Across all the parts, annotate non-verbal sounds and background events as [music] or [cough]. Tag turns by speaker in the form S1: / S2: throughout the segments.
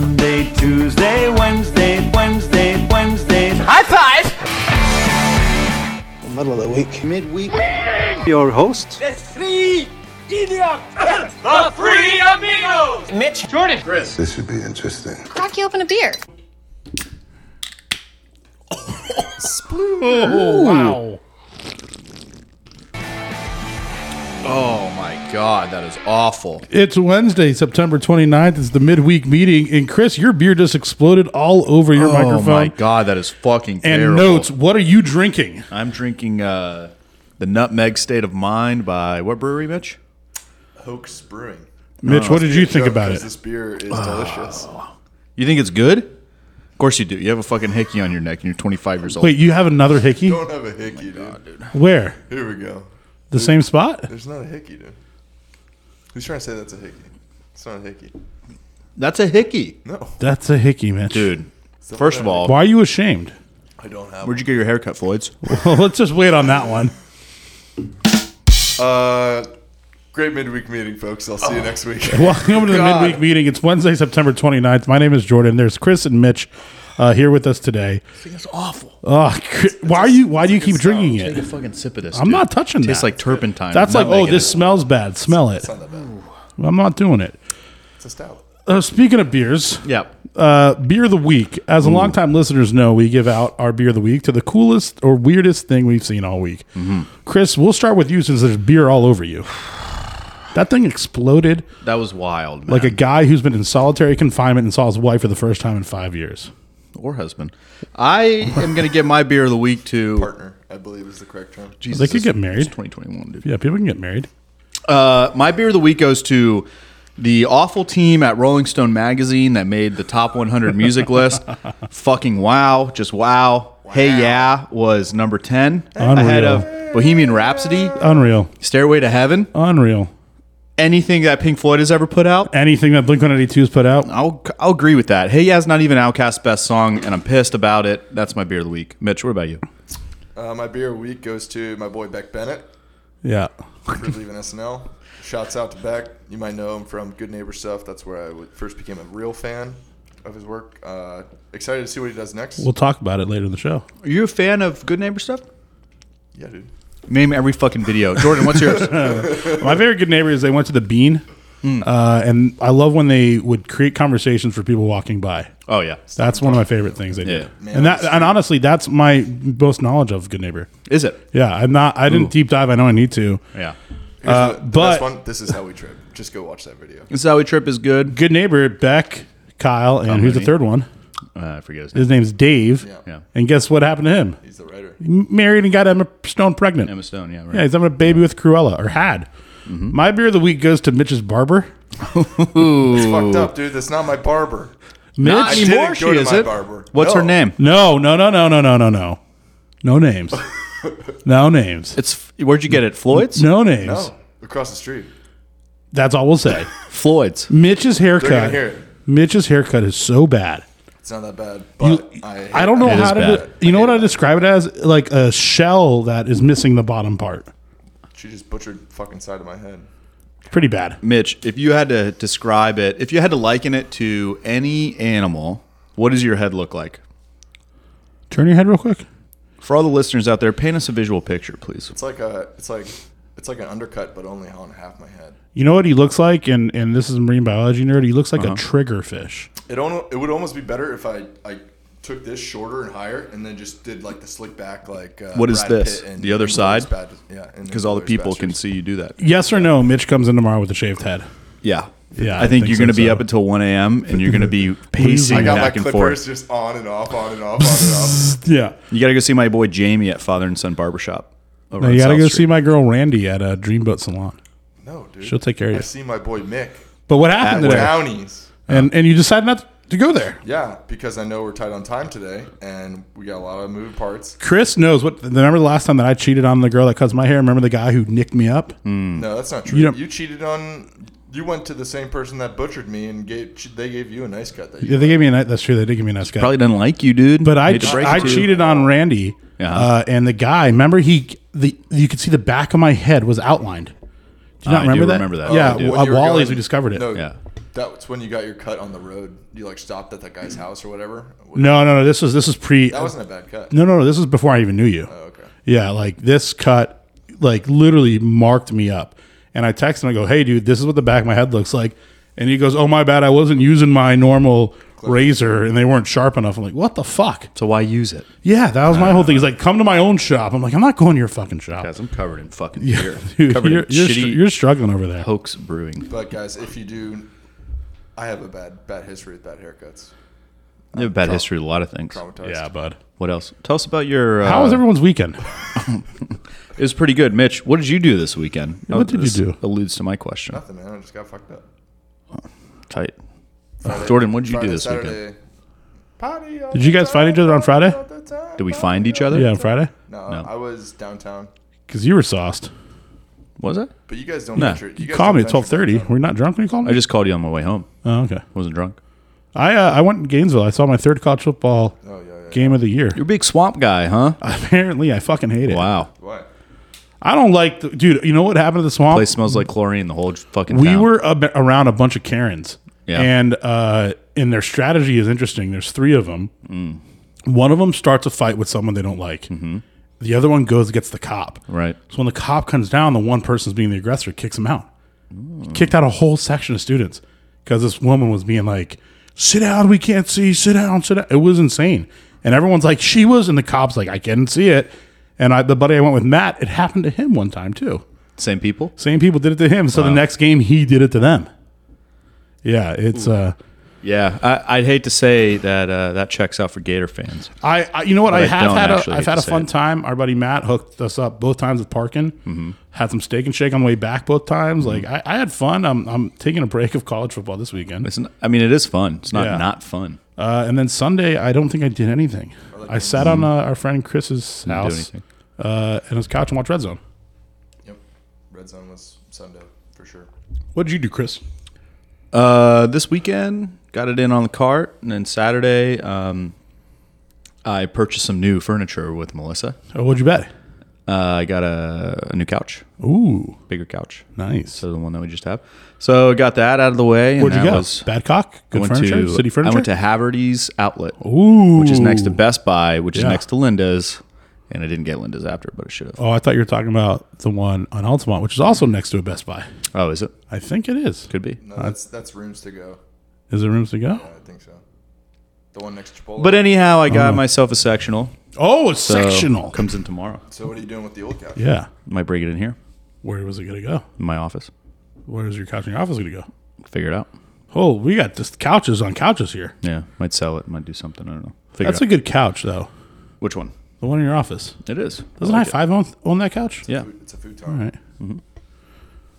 S1: Monday, Tuesday, Wednesday, Wednesday, Wednesday. High five!
S2: Middle of the week.
S1: Midweek. Your host.
S3: This should be interesting.
S4: Crack you open a beer.
S5: Wow. Oh my god, that is awful.
S6: It's Wednesday, September 29th. It's the midweek meeting. And Chris, your beer just exploded all over your
S5: Oh
S6: microphone.
S5: my god, that is fucking
S6: And
S5: terrible.
S6: notes, what are you drinking?
S5: I'm drinking uh, the Nutmeg State of Mind by what brewery, Mitch?
S7: Hoax Brewing. Oh,
S6: Mitch, what did you think about it?
S7: This beer is delicious.
S5: You think it's good? Of course you do. You have a fucking hickey on your neck and you're 25 years old.
S6: Wait, you have another hickey?
S7: Don't have a hickey, dude.
S6: Where?
S7: Here we go.
S6: The same spot?
S7: There's not a hickey, dude. Who's trying to say that's a hickey? It's not a hickey.
S5: That's a hickey.
S7: No,
S6: That's a hickey, Mitch.
S5: Dude, first of all,
S6: Why are you ashamed? [laughs]
S7: I don't have.
S5: where'd you get your haircut, Floyd's?
S6: Well, let's just wait on that one.
S7: Uh, great midweek meeting, folks. I'll see
S6: Oh.
S7: you
S6: [laughs]
S7: next week.
S6: Welcome to the
S5: God.
S6: midweek meeting. It's Wednesday, September 29th. My name is Jordan. There's Chris and Mitch uh, here with us today.
S5: It's awful.
S6: Oh, why are you? Why do you keep drinking
S5: Take a
S6: it?
S5: fucking sip of this.
S6: I'm
S5: dude.
S6: not touching
S5: Tastes
S6: that.
S5: like turpentine.
S6: That's
S5: I'm
S6: like,
S5: not
S6: oh,
S5: making
S6: this
S5: it.
S6: smells bad. Smell it.
S7: Not that bad.
S6: I'm not doing it.
S7: It's a stout.
S6: Uh, speaking of beers,
S5: Yeah.
S6: uh, beer of the week. As a longtime listeners know, we give out our beer of the week to the coolest or weirdest thing we've seen all week.
S5: Mm-hmm.
S6: Chris, we'll start with you since there's beer all over you. [sighs] That thing exploded
S5: That was wild, man.
S6: like a guy who's been in solitary confinement and saw his wife for the first time in five years.
S5: or husband. I am going to get my beer of the week to
S7: Partner, I believe is the correct term.
S5: Jesus,
S6: They could
S5: this-
S6: get married.
S5: it's 2021, dude.
S6: Yeah, people can get married.
S5: Uh, my beer of the week goes to the awful team at Rolling Stone magazine that made the top 100
S6: [laughs]
S5: music list. Fucking wow, just wow. Hey yeah was number 10 ahead
S6: Unreal.
S5: of Bohemian Rhapsody,
S6: Unreal.
S5: Stairway to Heaven,
S6: Unreal.
S5: anything that Pink Floyd has ever put out.
S6: Anything that Blink 182's put out.
S5: I'll, I'll agree with that. Hey Yeah's not even Outcast's best song, and I'm pissed about it. That's my beer of the week. Mitch, what about you?
S7: Uh, my beer of the week goes to my boy Beck Bennett
S6: Yeah.
S7: for leaving SNL. Shouts out to Beck. You might know him from Good Neighbor stuff. That's where I w- first became a real fan of his work. Uh, excited to see what he does next.
S6: We'll talk about it later in
S5: [laughs]
S6: the show.
S5: Are you a fan of Good Neighbor stuff?
S7: yeah, dude.
S5: Name every fucking video. Jordan, what's
S6: [laughs]
S5: yours?
S6: My very good neighbor is they went to the Bean.
S5: Hmm.
S6: Uh, and I love when they would create conversations for people walking by.
S5: oh yeah,
S6: That's one of my favorite things they
S5: Yeah.
S6: do. And
S7: Man on
S6: that
S7: the
S6: and honestly, that's my most knowledge of Good Neighbor.
S5: is it?
S6: Yeah, I'm not I didn't
S5: Ooh.
S6: deep dive, I know I need to.
S5: Yeah.
S6: Uh,
S7: The
S6: but
S7: best one, this is how we trip. Just go watch that video.
S5: This Zowie trip is good.
S6: Good Neighbor, Beck, Kyle, and who's the
S5: Mooney.
S6: third one?
S5: Uh, I forget his name.
S6: His name's Dave.
S7: Yeah.
S5: Yeah.
S6: And guess what happened to him?
S7: He's the writer.
S6: M- Married and got Emma Stone pregnant.
S5: Emma Stone, yeah, right.
S6: Yeah, he's having a baby with Cruella or had. My beer of the week goes to Mitch's barber.
S7: It's fucked up, dude. That's not my barber.
S6: Mitch,
S5: Not
S7: didn't
S5: anymore,
S7: go
S5: she
S7: to my
S5: isn't.
S7: barber.
S5: What's her
S7: No.
S5: name?
S6: no, no, no, no, no, no, no, no, no names, no names,
S5: It's where'd you get it? Floyd's?
S6: no names.
S7: No, [laughs] across the street.
S6: That's all we'll say.
S5: Floyd's.
S7: Mm.
S6: Mitch's
S7: They're gonna
S6: haircut.
S7: hear it.
S6: Mitch's haircut is so bad.
S7: It's not that bad. But I,
S6: I don't know
S5: It is
S6: how to.
S5: bad.
S6: de- you know what I describe it as? Like a shell that is missing the bottom part.
S7: She just butchered fucking side of my head.
S6: It's pretty bad.
S5: Mitch, if you had to describe it, if you had to liken it to any animal, what does your head look like?
S6: Turn your head real quick.
S5: For all the listeners out there, paint us a visual picture, please.
S7: It's like a, it's like, it's like an undercut, but only on half my head.
S6: You know what he looks like, and and this is a marine biology nerd. He looks like
S5: Uh-huh.
S6: a triggerfish.
S7: It almost, it would almost be better if I, I took this shorter and higher, and then just did like the slick back, like uh,
S5: What is this? The other
S7: Inglourious
S5: side?
S7: Bad- yeah, and
S5: Because all the
S7: Inglourious
S5: people can
S7: Basterds.
S5: see you do that.
S6: Yes or no? Mitch comes in tomorrow with a shaved head.
S5: Yeah. I
S6: Yeah, I
S5: think,
S6: think
S5: you're
S6: so,
S5: going to be
S6: so.
S5: up until 1 a.m. and you're going to be
S6: I
S5: [laughs] pacing
S7: I got my
S5: back and forth.
S7: clippers just on and off, on and off, on and [laughs] off.
S6: Yeah.
S5: You got to go see my boy Jamie at Father and Son Barbershop. Over
S6: Now
S5: on
S6: you gotta
S5: South
S6: go
S5: Street.
S6: see my girl Randy at uh, Dreamboat Salon.
S7: No, dude.
S6: She'll take care of you.
S7: I see my boy Mick.
S6: But what happened
S5: At
S6: today?
S7: Brownies.
S6: And and you decided not to go there.
S7: Yeah, because I know we're tight on time today, and we got a lot of moving parts.
S6: Chris knows what. Remember the last time that I cheated on the girl that cuts my hair? Remember the guy who nicked me up?
S5: Hmm.
S7: No, that's not true.
S6: You
S7: You,
S6: don't-
S7: cheated on. You went to the same person that butchered me, and gave, they gave you a nice cut. That you,
S6: Yeah, they gave me a nice. That's true. They did give me a nice guy.
S5: Probably doesn't like you, dude.
S6: but I
S5: Hate to break it
S6: I
S5: to you.
S6: cheated on Randy.
S5: Yeah.
S6: Uh, and the guy, remember he the you could see the back of my head was outlined.
S5: I
S6: Do you not
S5: do
S6: remember that?
S5: remember that.
S6: Yeah,
S5: I do.
S6: w-
S7: When
S6: at
S7: you were
S6: Wally's
S7: going-
S6: we discovered it.
S7: No,
S5: Yeah.
S7: That's when you got your cut on the road. You like stopped at that guy's house or whatever.
S6: No, no, no. This was this is pre.
S7: That wasn't a bad cut.
S6: No, no, no. This was before I even knew you.
S7: Oh, okay.
S6: Yeah, like this cut, like literally marked me up. And I text him. I go, "Hey, dude, this is what the back of my head looks like." And he goes, "Oh my bad, I wasn't using my normal razor, and they weren't sharp enough." I'm like, "What the fuck?"
S5: So why use it?
S6: Yeah, that was my whole thing. He's like, "Come to my own shop." I'm like, "I'm not going to your fucking shop." [laughs]
S5: Guys, I'm covered in fucking
S6: Yeah,
S5: beer.
S6: dude,
S5: covered
S6: you're,
S5: in
S6: you're,
S5: shitty
S6: str- you're struggling over there.
S5: hoax brewing.
S7: But guys, if you do, I have a bad bad history with bad haircuts.
S5: They have a bad history with a lot of things.
S7: Traumatized.
S6: Yeah, bud.
S5: What else? Tell us about your. Uh,
S6: How was everyone's weekend?
S5: It was pretty good, Mitch. What did you do this weekend?
S6: what did you
S5: This
S6: do?
S5: Alludes to my question.
S7: Nothing, man. I just got fucked up.
S5: Tight. Jordan, what did you
S7: Friday,
S5: do this
S7: Saturday,
S5: weekend?
S7: Party all
S6: Did you
S7: the
S6: guys find
S7: time,
S6: each other on Friday?
S7: all the time,
S5: Did we
S7: party
S5: find each
S7: all-
S5: other?
S6: Yeah, on Friday,
S7: No,
S5: No.
S7: I was downtown.
S6: because you were sauced.
S5: Was it?
S7: But you guys don't.
S5: No.
S7: venture-
S6: You
S7: guys
S6: called
S7: don't
S6: me at
S7: venture
S6: twelve thirty.
S7: downtown.
S6: We're not drunk when you called me.
S5: I just called you on my way home.
S6: oh, okay.
S5: Wasn't drunk.
S6: I uh, I went to Gainesville. I saw my third college football
S7: Oh yeah, yeah.
S6: game of the year.
S5: You're a big swamp guy, huh?
S6: [laughs] Apparently, I fucking hate it.
S5: Wow.
S7: What?
S6: I don't like, the, dude. You know what happened to the swamp?
S5: Place smells like chlorine. The whole fucking.
S6: we
S5: town.
S6: were ab- around a bunch of Karens.
S5: Yeah.
S6: And uh, and their strategy is interesting. There's three of them.
S5: Mm.
S6: One of them starts a fight with someone they don't like. The other one goes and gets the cop.
S5: Mm-hmm. Right.
S6: So when the cop comes down, the one person's being the aggressor kicks him out. Kicked out a whole section of students because this woman was being like, "Sit down, we can't see. Sit down, sit down." It was insane, and everyone's like, "She was," and the cops like, "I can't see it." And I, the buddy I went with, Matt, it happened to him one time too.
S5: Same people.
S6: Same people did it to him. So the next game, he did it to them. Yeah, it's uh,
S5: Yeah, I, I'd hate to say that uh, that checks out for Gator fans.
S6: I, I you know what
S5: But
S6: I,
S5: I
S6: have
S5: don't
S6: had
S5: actually
S6: a, I've
S5: hate
S6: had
S5: to
S6: a
S5: say
S6: fun
S5: it.
S6: time. Our buddy Matt hooked us up both times with parking.
S5: Mm-hmm.
S6: Had some steak and shake on the way back both times. Like I, I had fun. I'm I'm taking a break of college football this weekend.
S5: It's n I I mean, it is fun. It's not
S6: Yeah.
S5: not fun.
S6: Uh, and then Sunday, I don't think I did anything. I sat on uh, our friend Chris's
S5: Mm-hmm. do
S6: house
S5: anything.
S6: uh, and his couch and watched Red Zone.
S7: Yep. Red zone was Sunday for sure.
S6: What did you do, Chris?
S5: Uh, this weekend, got it in on the cart, and then Saturday, um, I purchased some new furniture with Melissa.
S6: Oh, what'd you bet?
S5: Uh, I got a, a new couch,
S6: Ooh,
S5: bigger couch,
S6: nice.
S5: so the one that we just have. So got that out of the way. And
S6: Where'd you
S5: that
S6: go?
S5: was-
S6: Badcock.
S5: I
S6: Good
S5: went
S6: furniture.
S5: to-
S6: City furniture.
S5: I went to Haverty's Outlet,
S6: Ooh,
S5: which is next to Best Buy, which
S6: Yeah.
S5: is next to Linda's, and I didn't get Linda's after, but I should have.
S6: Oh, I thought you were talking about the one on Altamont, which is also next to a Best Buy.
S5: Oh, is it?
S6: I think it is.
S5: Could be.
S7: No, that's that's rooms to go.
S6: Is there rooms to go?
S7: I think so. The one next to Chipotle.
S5: But anyhow, I got myself a sectional.
S6: Oh, it's
S5: So,
S6: Oh. sectional.
S5: comes in tomorrow.
S7: so what are you doing with the old couch?
S6: yeah.
S5: Might bring it in here
S6: Where was it going to go?
S5: in my office.
S6: Where is your couch in your office going to go?
S5: Figure it out.
S6: Oh, we got just couches on couches here.
S5: Yeah, might sell it. Might do something. I don't know. Figure
S6: That's
S5: That's
S6: a good couch, though.
S5: which one?
S6: The one in your office.
S5: It is.
S6: Doesn't High Five own, own that couch?
S5: Yeah. Mm-hmm.
S7: It's a
S6: All
S7: futon.
S6: right.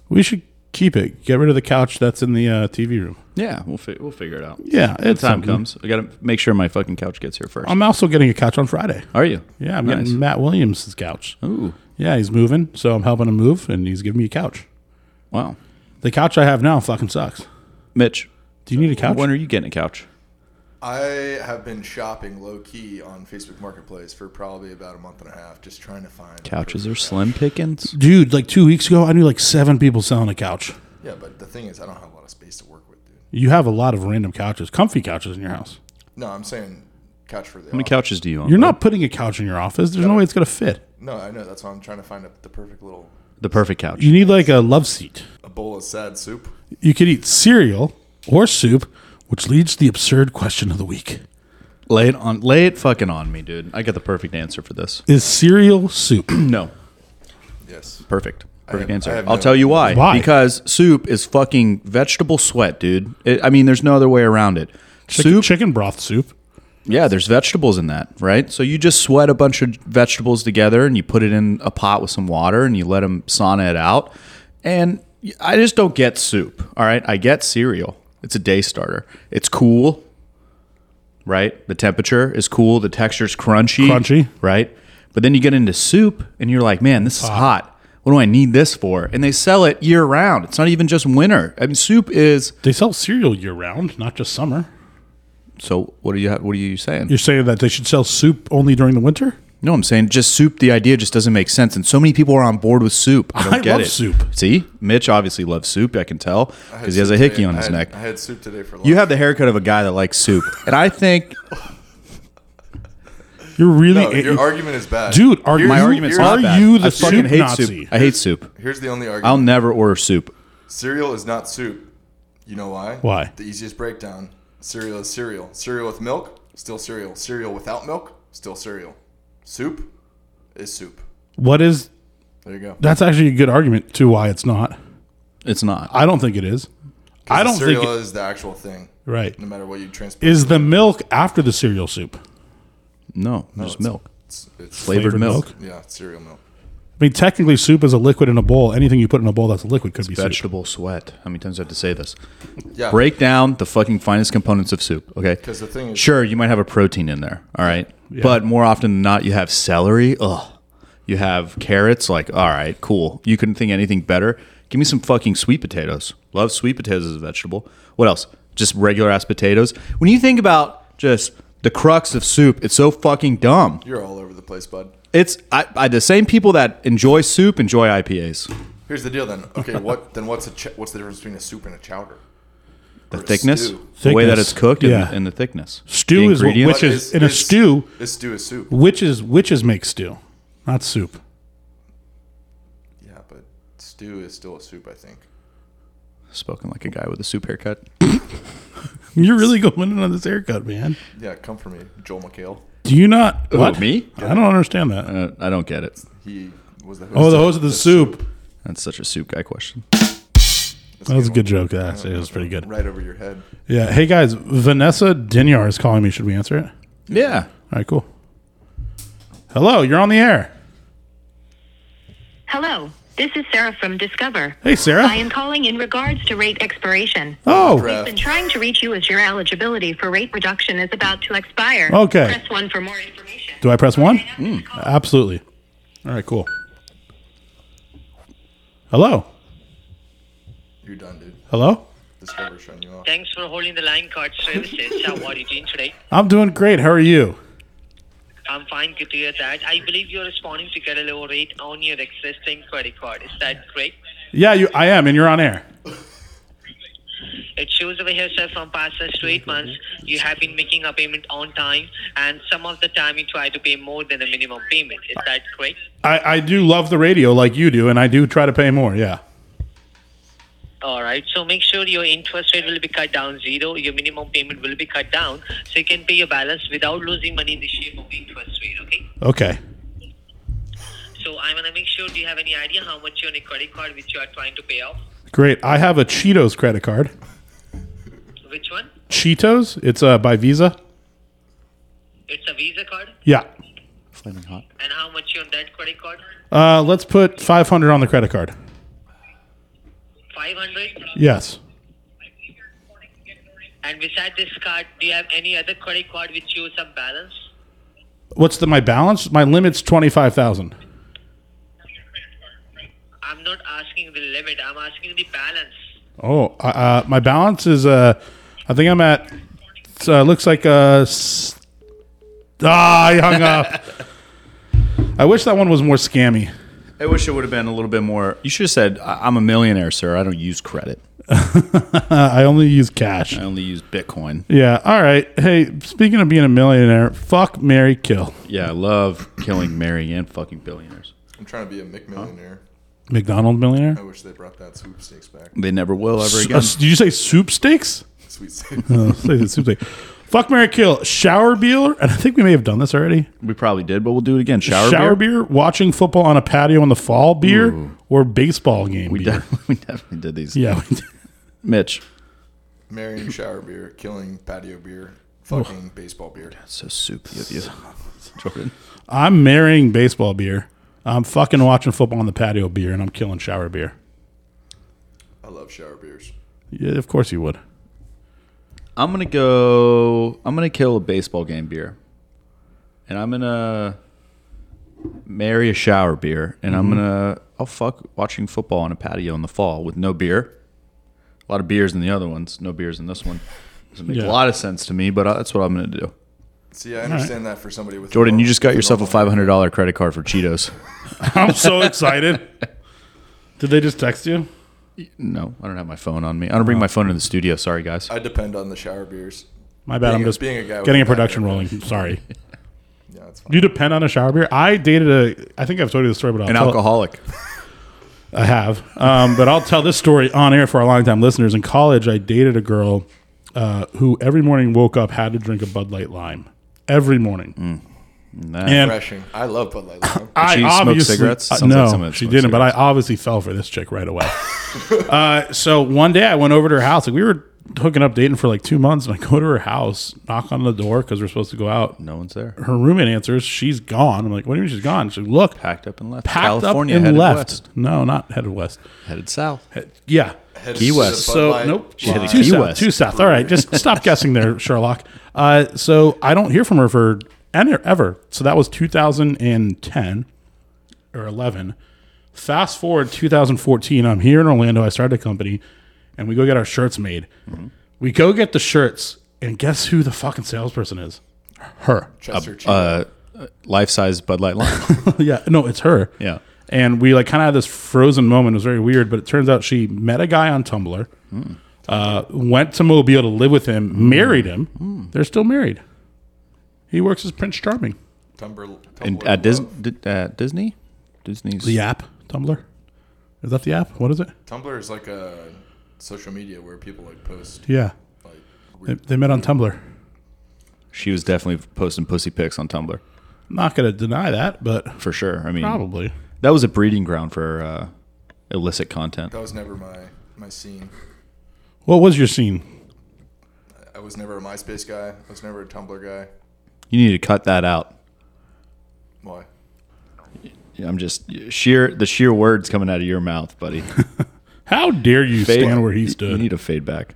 S6: We should keep it. Get rid of the couch that's in the uh, TV room.
S5: Yeah, we'll fi- we'll figure it out.
S6: Yeah, it's
S5: Time
S6: something.
S5: comes. I got to make sure my fucking couch gets here 1st
S6: I'm also getting a couch on Friday.
S5: Are you?
S6: Yeah, I'm
S5: nice. Oh.
S6: getting Matt Williams' couch.
S5: Ooh,
S6: Yeah, he's moving, so I'm helping him move, and he's giving me a couch.
S5: wow.
S6: The couch I have now fucking sucks.
S5: Mitch,
S6: Do you need a couch?
S5: when are you getting a couch?
S7: I have been shopping low key on Facebook Marketplace for probably about a month and a half, just trying to find
S5: Couches
S7: perfect
S5: are
S7: couch.
S5: slim pickings.
S6: Dude, like two weeks ago, I knew like seven people selling a couch.
S7: Yeah, but the thing is, I don't have a lot of space to work with, dude.
S6: You have a lot of random couches, comfy couches in your house.
S7: No, I'm saying couch for the.
S5: How many couches do you own?
S6: You're not putting a couch in your office. There's no way it's going to fit.
S7: No, I know. That's why I'm trying to find a, the perfect little
S5: the perfect couch.
S6: You need like a love seat.
S7: a bowl of sad soup.
S6: You could eat cereal or soup, which leads to the absurd question of the week.
S5: lay it on. Lay it fucking on me, dude. I got the perfect answer for
S6: [clears throat]
S5: this.
S6: Is cereal soup?
S5: No.
S7: Yes.
S5: Perfect. Perfect
S7: have-
S5: answer.
S7: I have
S5: I'll
S7: no-
S5: tell you why.
S6: Why?
S5: Because soup is fucking vegetable sweat, dude. It, I mean, there's no other way around it.
S6: Chicken,
S5: soup,
S6: chicken broth soup.
S5: yeah, there's vegetables in that, right? So you just sweat a bunch of vegetables together and you put it in a pot with some water and you let them sauna it out. And I just don't get soup, all right? I get cereal. It's a day starter. It's cool, right? The temperature is cool. The texture's crunchy.
S6: Crunchy.
S5: Right? But then you get into soup and you're like, man, this is hot. What do I need this for? And they sell it year round. It's not even just winter. I mean, soup is.
S6: They sell cereal year round, not just summer.
S5: So what are you? What are you saying?
S6: You're saying that they should sell soup only during the winter?
S5: No, I'm saying just soup. The idea just doesn't make sense, and so many people are on board with soup. I don't
S6: I
S5: get
S6: love
S5: it.
S6: soup.
S5: See, Mitch obviously loves soup. I can tell
S7: I had
S5: because he has
S7: soup
S5: a hickey
S7: today.
S5: on
S7: I
S5: his
S7: had-
S5: neck.
S7: I had soup today for lunch.
S5: You have the haircut of a guy that likes
S7: [laughs]
S5: soup, and I think
S6: You're really,
S7: no, your argument is bad,
S6: dude. Are
S7: Here's-
S5: my
S6: you,
S5: argument's
S6: are
S5: not bad.
S6: you the
S5: I fucking
S6: soup
S5: hate
S6: Nazi?
S5: soup. I hate soup.
S7: Here's the only argument.
S5: I'll never order soup.
S7: Cereal is not soup. You know why?
S6: Why?
S7: The easiest breakdown. Cereal is cereal. Cereal with milk, still cereal. Cereal without milk, still cereal. Soup is soup.
S6: What is?
S7: There you go.
S6: That's actually a good argument to why it's not.
S5: It's not.
S6: I don't think it is. I don't think
S7: cereal
S6: it,
S7: is the actual thing.
S6: right.
S7: No matter what you transport.
S6: Is the milk after the cereal soup
S5: no, just milk,
S7: It's, it's
S5: flavored, milk,
S7: Yeah, it's cereal milk.
S6: I mean, technically, soup is a liquid in a bowl. Anything you put in a bowl that's a liquid could be soup.
S5: vegetable sweat. How many times do I have to say this?
S7: Yeah.
S5: Break down the fucking finest components of soup. Okay.
S7: 'Cause the thing is-
S5: sure, you might have a protein in there. All right. But more often than not, you have celery. Ugh. You have carrots. Like, all right, cool. You couldn't think anything better. Give me some fucking sweet potatoes. Love sweet potatoes as a vegetable. What else? Just regular ass potatoes. When you think about just the crux of soup, it's so fucking dumb.
S7: You're all over the place, bud.
S5: It's I, I the same people that enjoy soup enjoy IPAs.
S7: Here's the deal then. Okay,
S6: [laughs]
S7: what then what's a ch- what's the difference between a soup and a chowder?
S5: The
S7: Or a
S5: thickness,
S7: stew.
S5: the way that
S6: Thickness.
S5: it's cooked, and,
S6: Yeah.
S5: and the thickness.
S6: Stew
S5: The
S6: is what-
S5: ingredients.
S6: which is- in a stew-
S7: Is stew is soup.
S6: Witches, witches make stew, not soup. [laughs]
S7: Yeah, but stew is still a soup, I think.
S5: spoken like a guy with a soup haircut.
S6: You're really going in on this haircut, man.
S7: Yeah, come for me, Joel McHale.
S6: Do you not? What
S5: me?
S6: I don't understand that.
S5: Uh, I don't get it.
S7: He was the host.
S6: oh, the host of the soup.
S5: That's such a soup guy question.
S6: That was a good joke. That's, it was pretty good.
S7: right over your head.
S6: Yeah. Hey guys, Vanessa Dinyar is calling me. Should we answer it? All
S5: Yeah.
S6: right, cool. Hello, you're on the air.
S4: Hello, this is Sarah from Discover.
S6: Hey, Sarah.
S4: I am calling in regards to rate expiration.
S6: Oh,
S7: Crap.
S4: I've been trying to reach you as your eligibility for rate reduction is about to expire.
S6: Okay.
S4: Press 1 for more information.
S6: do I press one?
S4: Mm.
S6: Hmm. Absolutely. All right, cool. Hello,
S7: You're done, dude.
S6: hello.
S7: Discover shutting you off.
S8: Thanks for holding the line card services. How are you doing today?
S6: I'm doing great. How are you?
S8: I'm fine. Good to hear that. I believe you're responding to get a lower rate on your existing credit card. Is that correct?
S6: Yeah, you. I am, and you're on air.
S8: It shows over here, sir, from past six to eight months, you have been making a payment on time, and some of the time you try to pay more than the minimum payment. Is that correct?
S6: I, I do love the radio like you do, and I do try to pay more. Yeah.
S8: All right. So make sure your interest rate will be cut down zero. Your minimum payment will be cut down, so you can pay your balance without losing money in the shape of interest rate. Okay.
S6: Okay.
S8: So I want to make sure. Do you have any idea how much your credit card which you are trying to pay off?
S6: Great. I have a Cheetos credit card.
S8: Which one?
S6: Cheetos. It's uh, by Visa.
S8: It's a Visa card.
S6: Yeah.
S5: Flaming hot.
S8: And how much you on that credit card?
S6: Uh, let's put 500 on the credit card.
S8: 500.
S6: Yes.
S8: And besides this card, do you have any other credit card which you some balance?
S6: What's the my balance? My limit's 25,000.
S8: I'm not asking the limit. I'm asking the balance.
S6: Oh, uh, uh, my balance is uh, I think I'm at. it's, Uh, looks like uh, s- ah, I
S5: [laughs]
S6: hung up. I wish that one was more scammy.
S5: I wish it would have been a little bit more. You should have said, "I- "I'm a millionaire, sir. I don't use credit.
S6: Uh, I only use cash.
S5: I only use Bitcoin."
S6: Yeah. All right. Hey, speaking of being a millionaire, fuck Mary Kill
S5: Yeah, I love killing Mary and fucking billionaires.
S7: I'm trying to be a McMillionaire.
S6: McDonald millionaire.
S7: I wish they brought that swoop steaks back.
S5: They never will ever
S6: S-
S5: again.
S6: uh, did you say
S5: [laughs]
S6: soup steaks?
S7: Sweet steak.
S6: Oh, say the soup steak. Fuck Mary Kill shower beer, and I think we may have done this already.
S5: we probably did, but we'll do it again. Shower,
S6: beer? watching football on a patio in the fall beer, or baseball game
S5: We,
S6: beer.
S5: de- [laughs] we definitely did these.
S6: Yeah, we did.
S5: Mitch.
S7: Marrying shower beer, killing patio beer,
S6: Oh.
S7: fucking baseball beer.
S5: So soupy of you, [laughs] Jordan.
S6: I'm marrying baseball beer. I'm fucking watching football on the patio beer, and I'm killing shower beer.
S7: I love shower beers.
S6: Yeah, of course you would. [laughs]
S5: I'm gonna go. I'm gonna kill a baseball game beer, and I'm gonna marry a shower beer, and
S6: Mm-hmm.
S5: I'm gonna. I'll fuck watching football on a patio in the fall with no beer. A lot of beers in the other ones, no beers in this one. Doesn't make
S6: Yeah.
S5: uh, a lot of sense to me, but I, that's what I'm gonna do.
S7: See, I understand that for somebody with
S5: Jordan,
S7: a
S5: you just got yourself a
S7: normal-
S5: five hundred dollar credit card for Cheetos.
S6: I'm so excited. Did they just text you?
S5: No, I don't have my phone on me. I don't bring my phone in the studio. Sorry, guys.
S7: I depend on the shower beers.
S6: My bad.
S7: Being
S6: I'm
S7: a-
S6: just
S7: being a guy with
S6: getting
S7: a
S6: a production
S7: background.
S6: rolling. Sorry.
S7: Yeah, that's
S6: [laughs]
S7: fine.
S6: You depend on a shower beer. I dated a. I think I've told you the story, but I'll
S5: An
S6: tell-
S5: alcoholic.
S6: I have, um, but I'll tell this story on air for our longtime listeners. In college, I dated a girl uh, who every morning woke up had to drink a Bud Light Lime every morning,
S7: Mm.
S6: and
S7: Refreshing. I love Bud Light. Lime.
S6: I
S5: she smoke
S6: obviously
S5: cigarettes?
S6: uh,
S5: Sounds like
S6: no,
S5: someone that
S6: she
S5: smokes
S6: didn't. But I obviously fell for this chick right away. [laughs] uh, so one day I went over to her house. Like we were hooking up, dating for like [laughs] two months, and I go to her house, knock on the door because we're supposed to go out.
S5: No one's there.
S6: Her roommate answers, "She's gone." I'm like, "What do you mean she's gone?" She's like, "Look."
S5: Packed up and left.
S6: Packed
S5: California
S6: up and
S5: headed
S6: left.
S5: west.
S6: No, not headed west.
S5: Headed south.
S6: Yeah,
S7: Headed
S5: [coughs] Key
S7: to the
S5: West.
S7: Bud
S6: So
S7: Light
S6: nope,
S5: She had a
S7: line.
S5: Key
S6: two south,
S5: West.
S6: two south. All right,
S5: [laughs]
S6: just stop guessing there, Sherlock. Uh, so I don't hear from her for en- ever. So that was 2010 or 11. Fast forward 2014. I'm here in Orlando. I started a company, and we go get our shirts made.
S5: Mm-hmm.
S6: We go get the shirts, and guess who the fucking salesperson is? Her.
S7: Chester Cheetah.
S5: Uh, life size Bud Light Lime.
S6: [laughs] yeah, no, it's her.
S5: yeah.
S6: and we like kind of had this frozen moment. It was very weird, but it turns out she met a guy on Tumblr, uh, went to Mobile to live with him, married him. They're still married. He works as Prince Charming.
S7: Tumblr,
S5: And [laughs]
S7: Tumblr
S5: at Dis-
S7: love.
S5: di- at Disney, Disney's.
S6: The app, Tumblr. Is that the app? What is it?
S7: Tumblr is like a social media where people like post
S6: Yeah,
S7: like
S6: they, they met on Tumblr.
S5: She was definitely posting pussy pics on Tumblr
S6: I'm not gonna deny that, but
S5: for sure. I mean,
S6: probably.
S5: that was a breeding ground for uh, illicit content.
S7: that was never my my scene.
S6: What was your scene?
S7: I was never a MySpace guy. I was never a Tumblr guy.
S5: You need to cut that out.
S7: Why?
S5: I'm just sheer the sheer words coming out of your mouth,
S6: [laughs]
S5: buddy.
S6: How dare you stand where he stood?
S5: You need a fade back.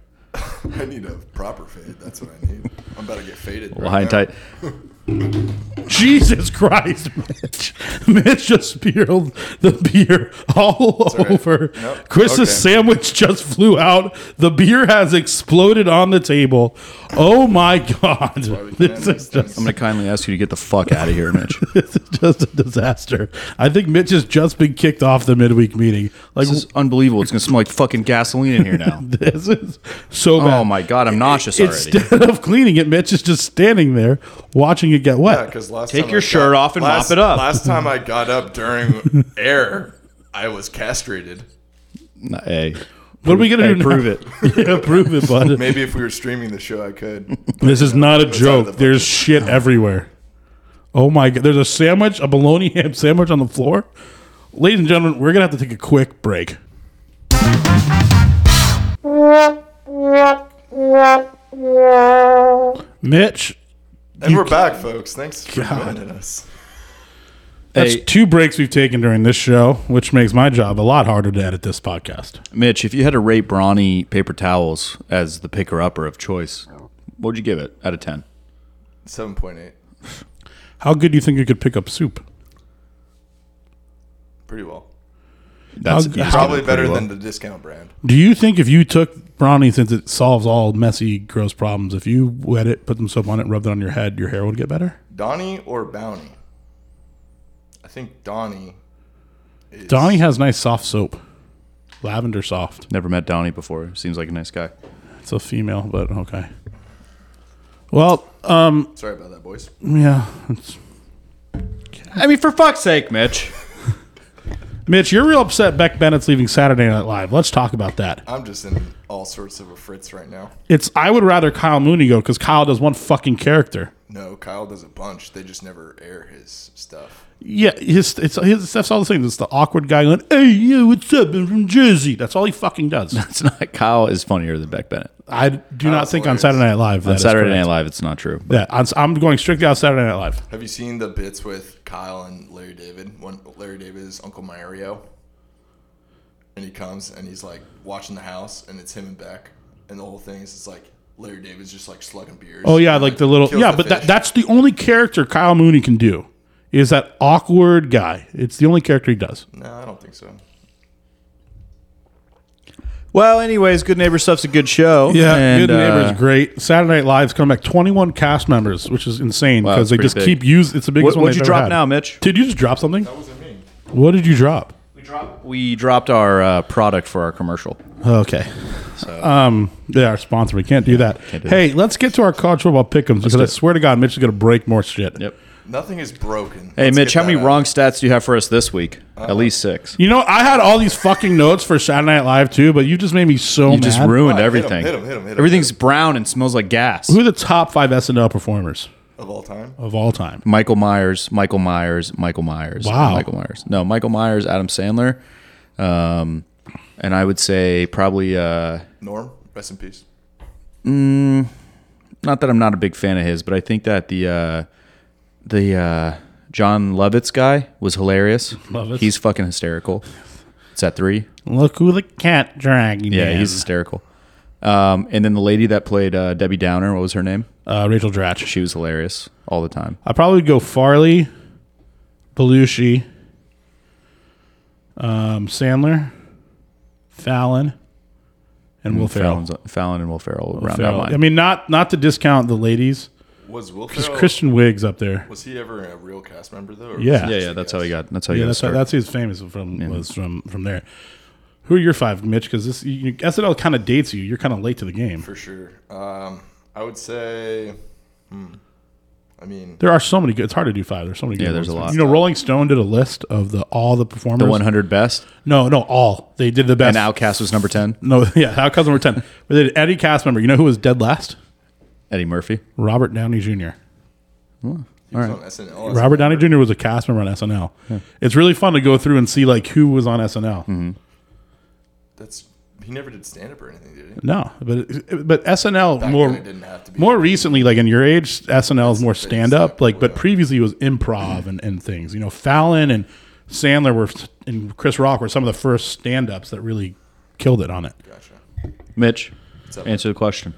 S7: I need a proper fade. That's what I need. I'm about to get faded.
S5: Well, high and tight.
S6: Jesus Christ, Mitch. Mitch just spilled the beer all
S7: right.
S6: over.
S7: Nope.
S6: Chris's
S7: Okay.
S6: sandwich just flew out. The beer has exploded on the table. Oh my God.
S5: [laughs]
S7: we
S6: This
S7: can
S6: is,
S7: have
S6: just,
S7: these
S5: I'm going to kindly ask you to get the fuck out of here, Mitch.
S6: [laughs] this is just a disaster. I think Mitch has just been kicked off the midweek meeting. Like,
S5: this is unbelievable. It's going to smell like fucking gasoline in here
S6: [laughs]
S5: now.
S6: this is so bad.
S5: Oh my god, I'm nauseous already.
S6: Instead of cleaning it, Mitch is just standing there watching it get
S7: Yeah,
S6: wet.
S7: because last
S5: Take
S7: time
S5: your
S7: I
S5: shirt off and mop
S7: last-
S5: it up.
S7: Last time I got up during
S5: [laughs]
S7: air, I was castrated.
S5: hey,
S6: what are we going to
S5: hey,
S6: do now?
S5: prove it.
S6: [laughs] yeah, prove
S5: [laughs]
S6: it, bud.
S7: Maybe if we were streaming the show, I could.
S6: This is not a
S7: It's out of the
S6: joke. There's shit everywhere. Oh my god! There's a sandwich, a bologna [laughs] ham sandwich on the floor. Ladies and gentlemen, we're gonna have to take a quick break. Mitch,
S7: And we're back, folks. Thanks for
S6: God.
S7: joining us.
S6: that's
S5: Hey.
S6: two breaks we've taken during this show, which makes my job a lot harder to edit this podcast.
S5: Mitch, if you had to rate Brawny paper towels as the picker upper of choice, what would you give it out of 10?
S7: Seven point eight,
S6: How good do you think you could pick up soup?
S7: pretty well.
S5: That's
S6: I'll-
S5: you just
S7: Probably
S5: give it pretty
S7: better
S5: well.
S7: than the discount brand.
S6: Do you think if you took brownie, since it solves all messy, gross problems, if you wet it, put some soap on it, rubbed it on your head, your hair would get better?
S7: Donnie or Bounty? I think Donnie. Is,
S6: Donnie has nice soft soap, lavender soft.
S5: Never met Donnie before. Seems like a nice guy.
S6: It's a female, but okay. Well, um,
S7: Sorry about that, boys.
S6: yeah. It's,
S5: I mean, for fuck's sake, Mitch.
S6: Mitch, you're real upset Beck Bennett's leaving Saturday Night Live. Let's talk about that.
S7: I'm just in all sorts of a fritz right now.
S6: It's I would rather Kyle Mooney go because Kyle does one fucking character.
S7: No, Kyle does a bunch. They just never air his stuff.
S6: Yeah, his it's his stuff's all the same. It's the awkward guy going, "Hey, yeah, what's up? I'm from Jersey." That's all he fucking does.
S5: [laughs] It's not Kyle is funnier than Beck Bennett.
S6: I do not
S7: Kyle's
S6: think
S7: hilarious.
S6: on Saturday Night Live.
S5: On Saturday Night Live, it's not true.
S6: Yeah, on, I'm going strictly on Saturday Night Live.
S7: Have you seen the bits with Kyle and Larry David? One Larry David is Uncle Mario, and he comes and he's like watching the house, and it's him and Beck, and the whole thing is it's like Larry David's just like slugging beers.
S6: Oh yeah, like the little
S7: kills
S6: yeah,
S7: the
S6: but that,
S7: fish.
S6: that's the only character Kyle Mooney can do is that awkward guy. It's the only character he does.
S7: no, I don't think so.
S5: Well, anyways, Good Neighbor Stuff's a good show.
S6: Yeah,
S5: And,
S6: Good Neighbor's
S5: uh,
S6: great. Saturday Night Live's coming back. 21 cast members, which is insane
S5: Wow, that's
S6: because they
S5: pretty
S6: just
S5: big.
S6: keep use. It's the biggest
S5: What-
S6: one
S5: what'd
S6: they've
S5: you
S6: ever
S5: drop
S6: had.
S5: now, Mitch?
S6: Did you just drop something? That wasn't me. What did you drop?
S5: We dropped our uh, product for our commercial.
S6: Okay. Um, they are sponsored. We can't do that.
S5: can't do
S6: hey, let's get to our college football pick'ems because I swear to God, Mitch is going to break more shit.
S7: Nothing is broken.
S5: Hey,
S7: Let's
S5: Mitch,
S7: get
S5: how many
S7: that out.
S5: wrong stats do you have for us this week?
S7: Uh-huh.
S5: At least six.
S6: You know, I had all these fucking notes for Saturday Night Live too, but you just made me so
S5: You
S6: mad.
S5: just ruined
S7: All right, hit 'em,
S5: everything.
S7: hit 'em, hit 'em, hit 'em,
S5: Everything's
S7: hit
S5: brown and smells like gas. [laughs]
S6: Who are the top five SNL performers
S7: of all time?
S6: of all time?
S5: Michael Myers, Michael Myers, Michael Myers.
S6: Wow.
S5: Michael Myers. No, Michael Myers, Adam Sandler. Um, and I would say probably, uh,
S7: Norm, rest in peace.
S5: not that I'm not a big fan of his, but I think that the, uh, the, uh, John Lovitz guy was hilarious.
S6: [laughs] Lovitz.
S5: He's fucking hysterical. It's at three.
S6: Look who the cat dragging.
S5: Yeah,
S6: in.
S5: he's hysterical. Um, and then the lady that played uh, Debbie Downer, what was her name?
S6: uh, Rachel Dratch.
S5: She was hilarious all the time.
S6: I probably would go Farley, Belushi, um, Sandler, Fallon, and Will Ferrell.
S5: Fallon's, Fallon and Will Ferrell round out
S6: Ferrell.
S5: mine.
S6: I mean, Mm, not not to discount the ladies,
S7: Was Will
S6: because
S7: Ferrell?
S6: Christian Wiggs up there.
S7: was he ever a real cast member though? or
S6: Yeah.
S5: yeah,
S7: was he
S5: yeah,
S7: just
S5: that's
S7: a
S5: how he
S7: guest?
S5: got. That's how he
S6: Yeah,
S5: got.
S6: that's
S5: started.
S6: that's his famous from was from from there. Who are your five, Mitch? Because this you, you- SNL kind of dates you. You're kind of late to the game.
S7: for sure. Um, I would say, hmm, I mean,
S6: There are so many good. It's hard to do five. There's so many. Good
S5: Yeah, there's
S6: ones.
S5: a lot.
S6: You know, Rolling Stone did a list of the all the performers.
S5: the 100 best,
S6: No, no, all they did the best.
S5: and Outcast was number 10.
S6: No, [laughs] yeah, how cousin number ten. But they did Eddie cast member. You know who was dead last?
S5: Eddie Murphy.
S6: Robert Downey Jr.
S7: he was on SNL. as a
S6: Robert Downey
S7: member.
S6: Jr. was a cast member on SNL. It's really fun to go through and see like who was on SNL.
S5: Hmm.
S7: That's he never did stand up or anything, did he?
S6: No, but but SNL
S7: Back
S6: more
S7: then it didn't have to be.
S6: more recently, like in your age, SNL is more
S7: the
S6: stand up.
S7: biggest
S6: Like, but
S7: step.
S6: previously it was improv and, and things. You know, Fallon and Sandler were and Chris Rock were some of the first stand ups that really killed it on it.
S7: Gotcha.
S5: Mitch,
S7: up?
S5: answer the question.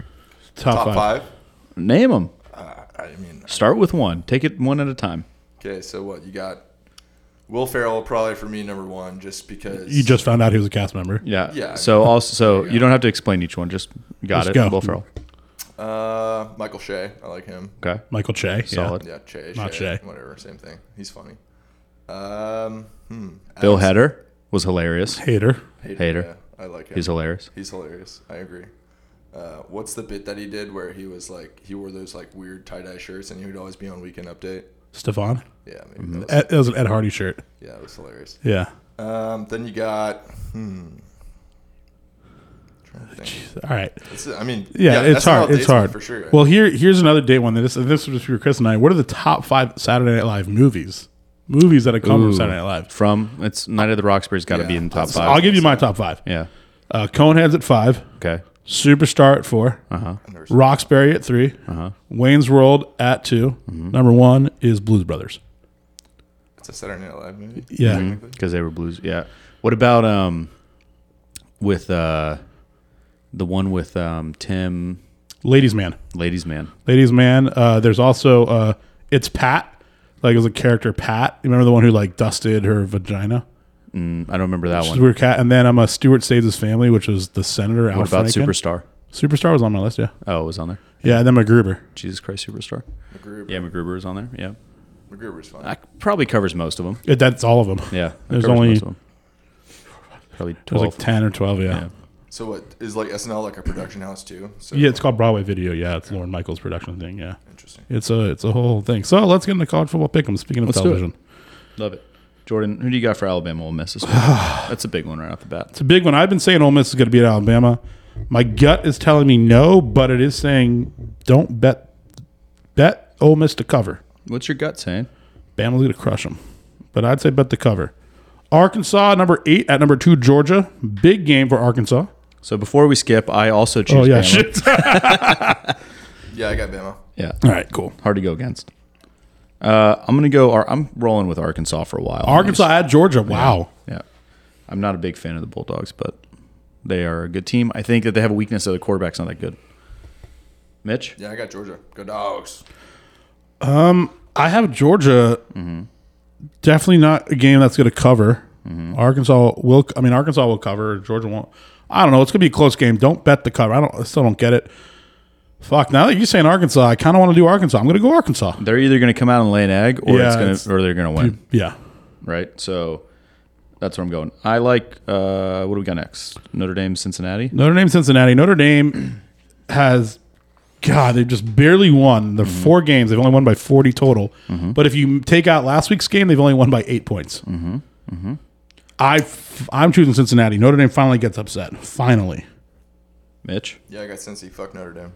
S6: Top,
S7: Top
S6: five.
S7: five. Uh,
S5: Name them.
S7: I mean,
S5: Start with one. Take it one at a time.
S7: okay. So what you got? Will Ferrell probably for me number one, just because
S6: You just found out he was a cast member.
S5: Yeah.
S7: Yeah.
S5: So also, so you don't have to explain each one. Just got
S6: Let's
S5: it.
S6: go.
S5: Will Ferrell.
S7: uh Michael Shea. I like him.
S5: Okay.
S6: Michael Che, yeah.
S5: Solid.
S7: Yeah, Che.
S6: Not Shea.
S7: Whatever, same thing. He's funny. Um, hmm.
S5: Bill
S7: Adam
S5: Hader was hilarious.
S6: hater.
S5: Hader.
S7: Yeah, I like him.
S5: He's hilarious.
S7: He's hilarious. I agree. Uh, what's the bit that he did where he was like he wore those like weird tie dye shirts and he would always be on Weekend Update?
S6: Stefan.
S7: Yeah, maybe that was,
S6: Ed, it was an Ed Hardy shirt.
S7: yeah, that was hilarious.
S6: Yeah.
S7: Um, then you got hmm. Trying to think.
S6: All right.
S7: It's- I mean,
S6: Yeah, it's
S7: that's how
S6: hard. It's
S7: it dates me
S6: hard
S7: for sure.
S6: Well, here here's another date one. That this this was for Chris and I. What are the top five Saturday Night Live movies? Movies that have come from
S5: Ooh.
S6: Saturday Night Live.
S5: From it's Night of the Roxbury's got to be
S7: Yeah.
S5: in the top
S7: So
S5: five.
S6: I'll give you my top five.
S5: yeah.
S6: Uh, Coneheads at five.
S5: Okay.
S6: Superstar at 4 Roxbury at 3 Wayne's World at 2 Number one is Blues Brothers.
S7: it's a Saturday Night Live movie.
S6: Yeah.
S5: because they were blues. Yeah. What about um with uh the one with um Tim
S6: Ladies Man.
S5: Ladies Man?
S6: Ladies Man. Uh, there's also uh, It's Pat. Like it was a character Pat. You remember the one who like dusted her vagina?
S5: I don't remember that
S6: She's a
S5: one.
S6: weird cat. And then I'm a Stewart Saves His Family, which was the senator. Al
S5: What about
S6: Franken.
S5: Superstar?
S6: Superstar was on my list, yeah.
S5: Oh, it was on there.
S6: Yeah, and then MacGruber.
S5: Jesus Christ, Superstar.
S7: MacGruber.
S5: Yeah, MacGruber is on there. Yeah,
S7: MacGruber's funny.
S5: that probably covers most of them.
S6: [laughs] It, that's all of them.
S5: Yeah, that
S6: There's
S5: covers
S6: only-
S5: most of 'em. probably
S6: There's
S5: twelve.
S6: like 10 or 12, yeah. yeah.
S7: so what is like SNL like a production house too? So
S6: it's called Broadway Video. Yeah, it's Lauren Michaels' production thing, yeah.
S7: interesting.
S6: It's a it's a whole thing. So let's get into college football pick 'em. Speaking of
S5: Let's do it.
S6: television,
S5: Love it. Jordan, who do you got for Alabama? Ole Miss.
S6: [sighs]
S5: this week? That's a big one right off the bat.
S6: it's a big one. I've been saying Ole Miss is going to beat Alabama. My gut is telling me no, but it is saying don't bet bet Ole Miss to cover.
S5: What's your gut saying?
S6: Bama's going to crush them, but I'd say bet the cover. Arkansas number eight at number two Georgia. Big game for Arkansas.
S5: So before we skip, I also choose.
S6: Oh yeah,
S5: Bama.
S6: shit.
S7: Yeah, I got Bama.
S5: Yeah.
S6: [laughs] All right, cool.
S5: hard to go against. Uh, I'm gonna go. Ar- I'm rolling with Arkansas for a while.
S6: Arkansas at Georgia. Wow.
S5: Yeah, I'm not a big fan of the Bulldogs, but they are a good team. I think that they have a weakness that the quarterback's not that good. Mitch,
S7: Yeah, I got Georgia. Go dogs.
S6: I have Georgia. Mm-hmm. Definitely not a game that's going to cover. Arkansas will. I mean, Arkansas will cover. Georgia won't. I don't know. It's gonna be a close game. Don't bet the cover. I don't. I still don't get it. Fuck. Now that you're saying Arkansas, I kind of want to do Arkansas. I'm gonna go Arkansas.
S5: They're either going to come out and lay an egg, or
S6: Yeah,
S5: it's going
S6: it's-
S5: to, or they're going to win,
S6: Yeah.
S5: right? So that's where I'm going. I like. Uh, what do we got next? Notre Dame, Cincinnati.
S6: Notre Dame, Cincinnati. Notre Dame [clears throat] has, God, they've just barely won. They're
S5: Mm-hmm.
S6: four games. They've only won by 40 total. But if you take out last week's game, they've only won by eight points. Mm-hmm. I f- I'm choosing Cincinnati. Notre Dame finally gets upset. Finally.
S5: Mitch,
S7: Yeah, I got Cincy. Fuck Notre Dame.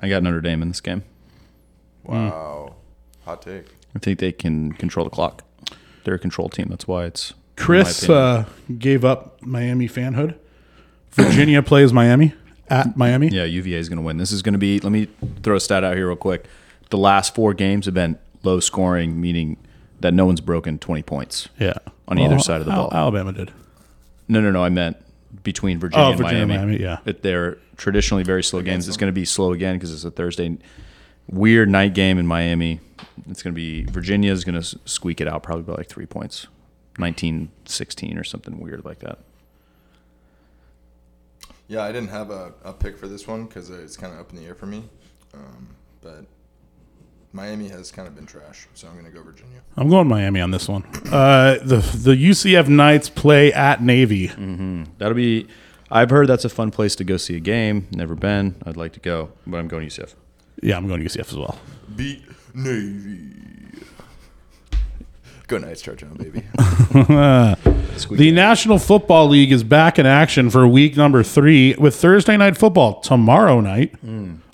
S5: I got Notre Dame in this game.
S6: Mm.
S7: Wow. Hot take.
S5: I think they can control the clock. They're a control team. That's why it's in my
S6: Chris
S5: opinion.
S6: uh, gave up Miami fanhood. Virginia plays Miami at Miami.
S5: yeah, UVA is going to win. This is going to be. Let me throw a stat out here real quick. The last four games have been low scoring, meaning that no one's broken 20 points.
S6: Yeah.
S5: On either side of the
S6: Al-
S5: ball.
S6: Alabama did.
S5: No, no, no. I meant between Virginia,
S6: Oh,
S5: and,
S6: Virginia and
S5: Miami.
S6: Miami, yeah.
S5: It- they're traditionally very slow games. It's going to be slow again because it's a Thursday weird night game in Miami. It's going to be Virginia is going to squeak it out probably by like three points, 19-16 or something weird like that.
S7: Yeah, I didn't have a, a pick for this one because it's kind of up in the air for me. Um, but Miami has kind of been trash, so I'm going to go Virginia.
S6: I'm going Miami on this one. Uh, the the UCF Knights play at Navy.
S5: Mm. That'll be. I've heard that's a fun place to go see a game. Never been. I'd like to go, but I'm going UCF.
S6: Yeah, I'm going to UCF as well.
S7: Beat Navy. Go Knights, Church on, [laughs] baby.
S6: The National Football League is back in action for week number three with Thursday night football tomorrow night.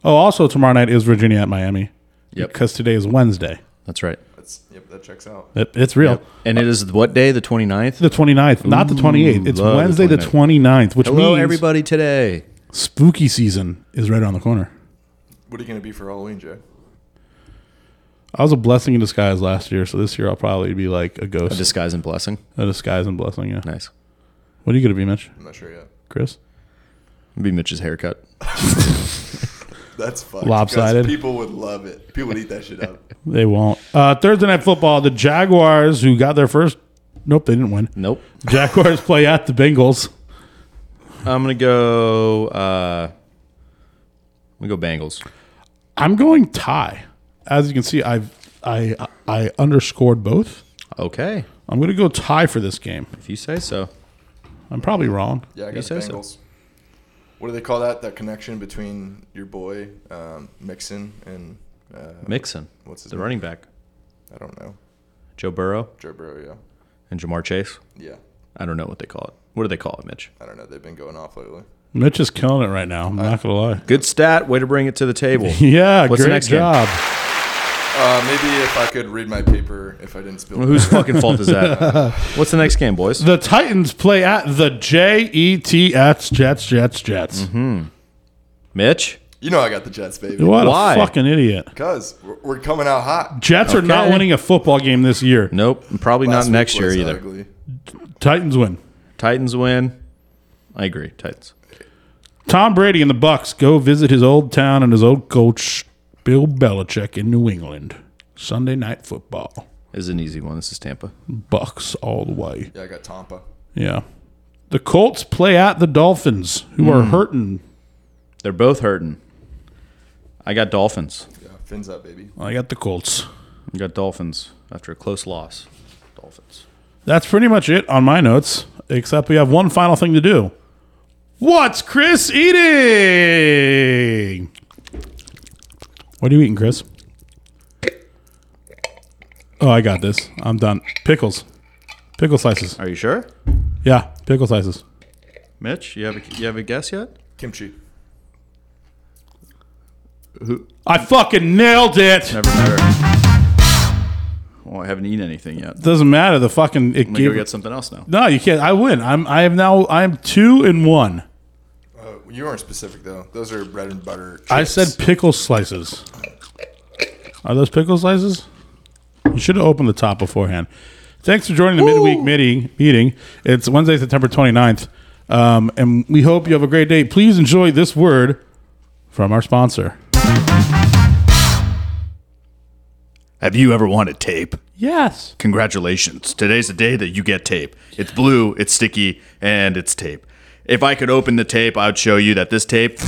S6: Oh, also tomorrow night is Virginia at Miami.
S5: Hmm. Yep.
S6: Because today is Wednesday.
S5: That's right.
S7: That's, yep, that checks out.
S6: It, it's real.
S5: And it is what day? The 29th?
S6: The 29th, not the 28th. It's
S5: love the
S6: Wednesday the 29th, which
S5: Hello,
S6: means
S5: everybody, today.
S6: spooky season is right around the corner.
S7: What are you going to be for Halloween, Jay?
S6: I was a blessing in disguise last year, so this year I'll probably be like a ghost. A,
S5: Disguise and blessing.
S6: disguise and blessing, yeah.
S5: Nice.
S6: What are you going to be, Mitch?
S7: I'm not sure yet.
S6: Chris?
S5: It'd be Mitch's haircut.
S7: That's fucked.
S6: Lopsided.
S7: because People would love it. People would eat that shit up.
S6: They won't. Uh, Thursday night football, the Jaguars, who got their first. Nope, they didn't win.
S5: Nope.
S6: Jaguars play at the Bengals.
S5: I'm gonna go. Uh, we go Bengals.
S6: I'm going tie. As you can see, I've I I underscored both.
S5: Okay,
S6: I'm going to go tie for this game.
S5: if you say so.
S6: I'm probably wrong.
S7: [laughs] Yeah, I
S5: You
S7: got the
S5: say so.
S7: Bengals. What do they call that? That connection between your boy um, Mixon and uh,
S5: Mixon,
S7: What's his
S5: the
S7: name?
S5: running back?
S7: I don't know
S5: Joe Burrow
S7: Joe Burrow.
S5: and Jamar Chase.
S7: Yeah, yeah.
S5: I don't know what they call it. What do they call it, Mitch?
S7: I don't know. They've been going off lately.
S6: Mitch is killing it right now. I'm not going to lie.
S5: Good stat. Way to bring it to the
S7: [laughs]
S5: table.
S6: Yeah,
S5: What's the
S6: great
S5: next game?
S6: job.
S7: Uh, maybe if I could read my paper, if I didn't spill.
S5: Whose fucking fault is
S7: [laughs]
S5: that? What's the next game, boys?
S6: The Titans play at the Jets, Jets, Jets, Jets.
S5: Mm-hmm. Mitch.
S7: You know I got the Jets, baby.
S6: What
S5: Why?
S6: a fucking idiot.
S7: Because we're, we're coming out hot.
S6: Jets are
S5: Okay.
S6: not
S5: winning
S6: winning a football game this year.
S5: Nope. Probably
S7: Last
S5: not
S7: week
S5: next year
S7: was
S5: either.
S7: ugly.
S6: Titans win.
S5: Titans win. I agree. Titans.
S6: Tom Brady and the Bucks go visit his old town and his old coach Bill Belichick in New England. Sunday night football.
S5: This is an easy one. This is Tampa.
S6: Bucks all the way.
S7: Yeah, I got Tampa.
S6: Yeah. The Colts play at the Dolphins, who are
S5: Hmm.
S6: hurting.
S5: They're both hurting. I got Dolphins.
S7: Yeah, fins up, baby.
S6: I got the Colts.
S5: I got Dolphins after a close loss. Dolphins.
S6: That's pretty much it on my notes, except we have one final thing to do. What's Chris eating? What are you eating, Chris? Oh, I got this. I'm done. Pickles. Pickle slices.
S5: Are you sure?
S6: Yeah, pickle slices.
S5: Mitch, you have a, you have a guess yet?
S7: Kimchi.
S6: I fucking nailed it.
S5: Never, never. Well, I haven't eaten anything yet. I'm
S6: Doesn't matter. The fucking it
S5: gonna go
S6: gave.
S5: get something else now.
S6: no, you can't. I win. I'm. I am now. I am two and one.
S7: Uh, you weren't specific though. Those are bread and butter.
S6: I
S7: chips.
S6: said pickle slices. Are those pickle slices? You should have opened the top beforehand. Thanks for joining the midweek meeting. meeting. It's Wednesday, September 29th. Um, and we hope you have a great day. Please enjoy this word from our sponsor.
S5: Have you ever wanted tape?
S6: Yes.
S5: Congratulations. Today's the day that you get tape. It's blue, it's sticky, and it's tape. if I could open the tape, I would show you that this tape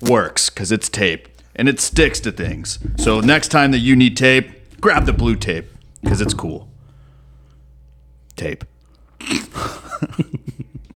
S5: works because it's tape and it sticks to things. So next time that you need tape, grab the blue tape because it's cool. Tape.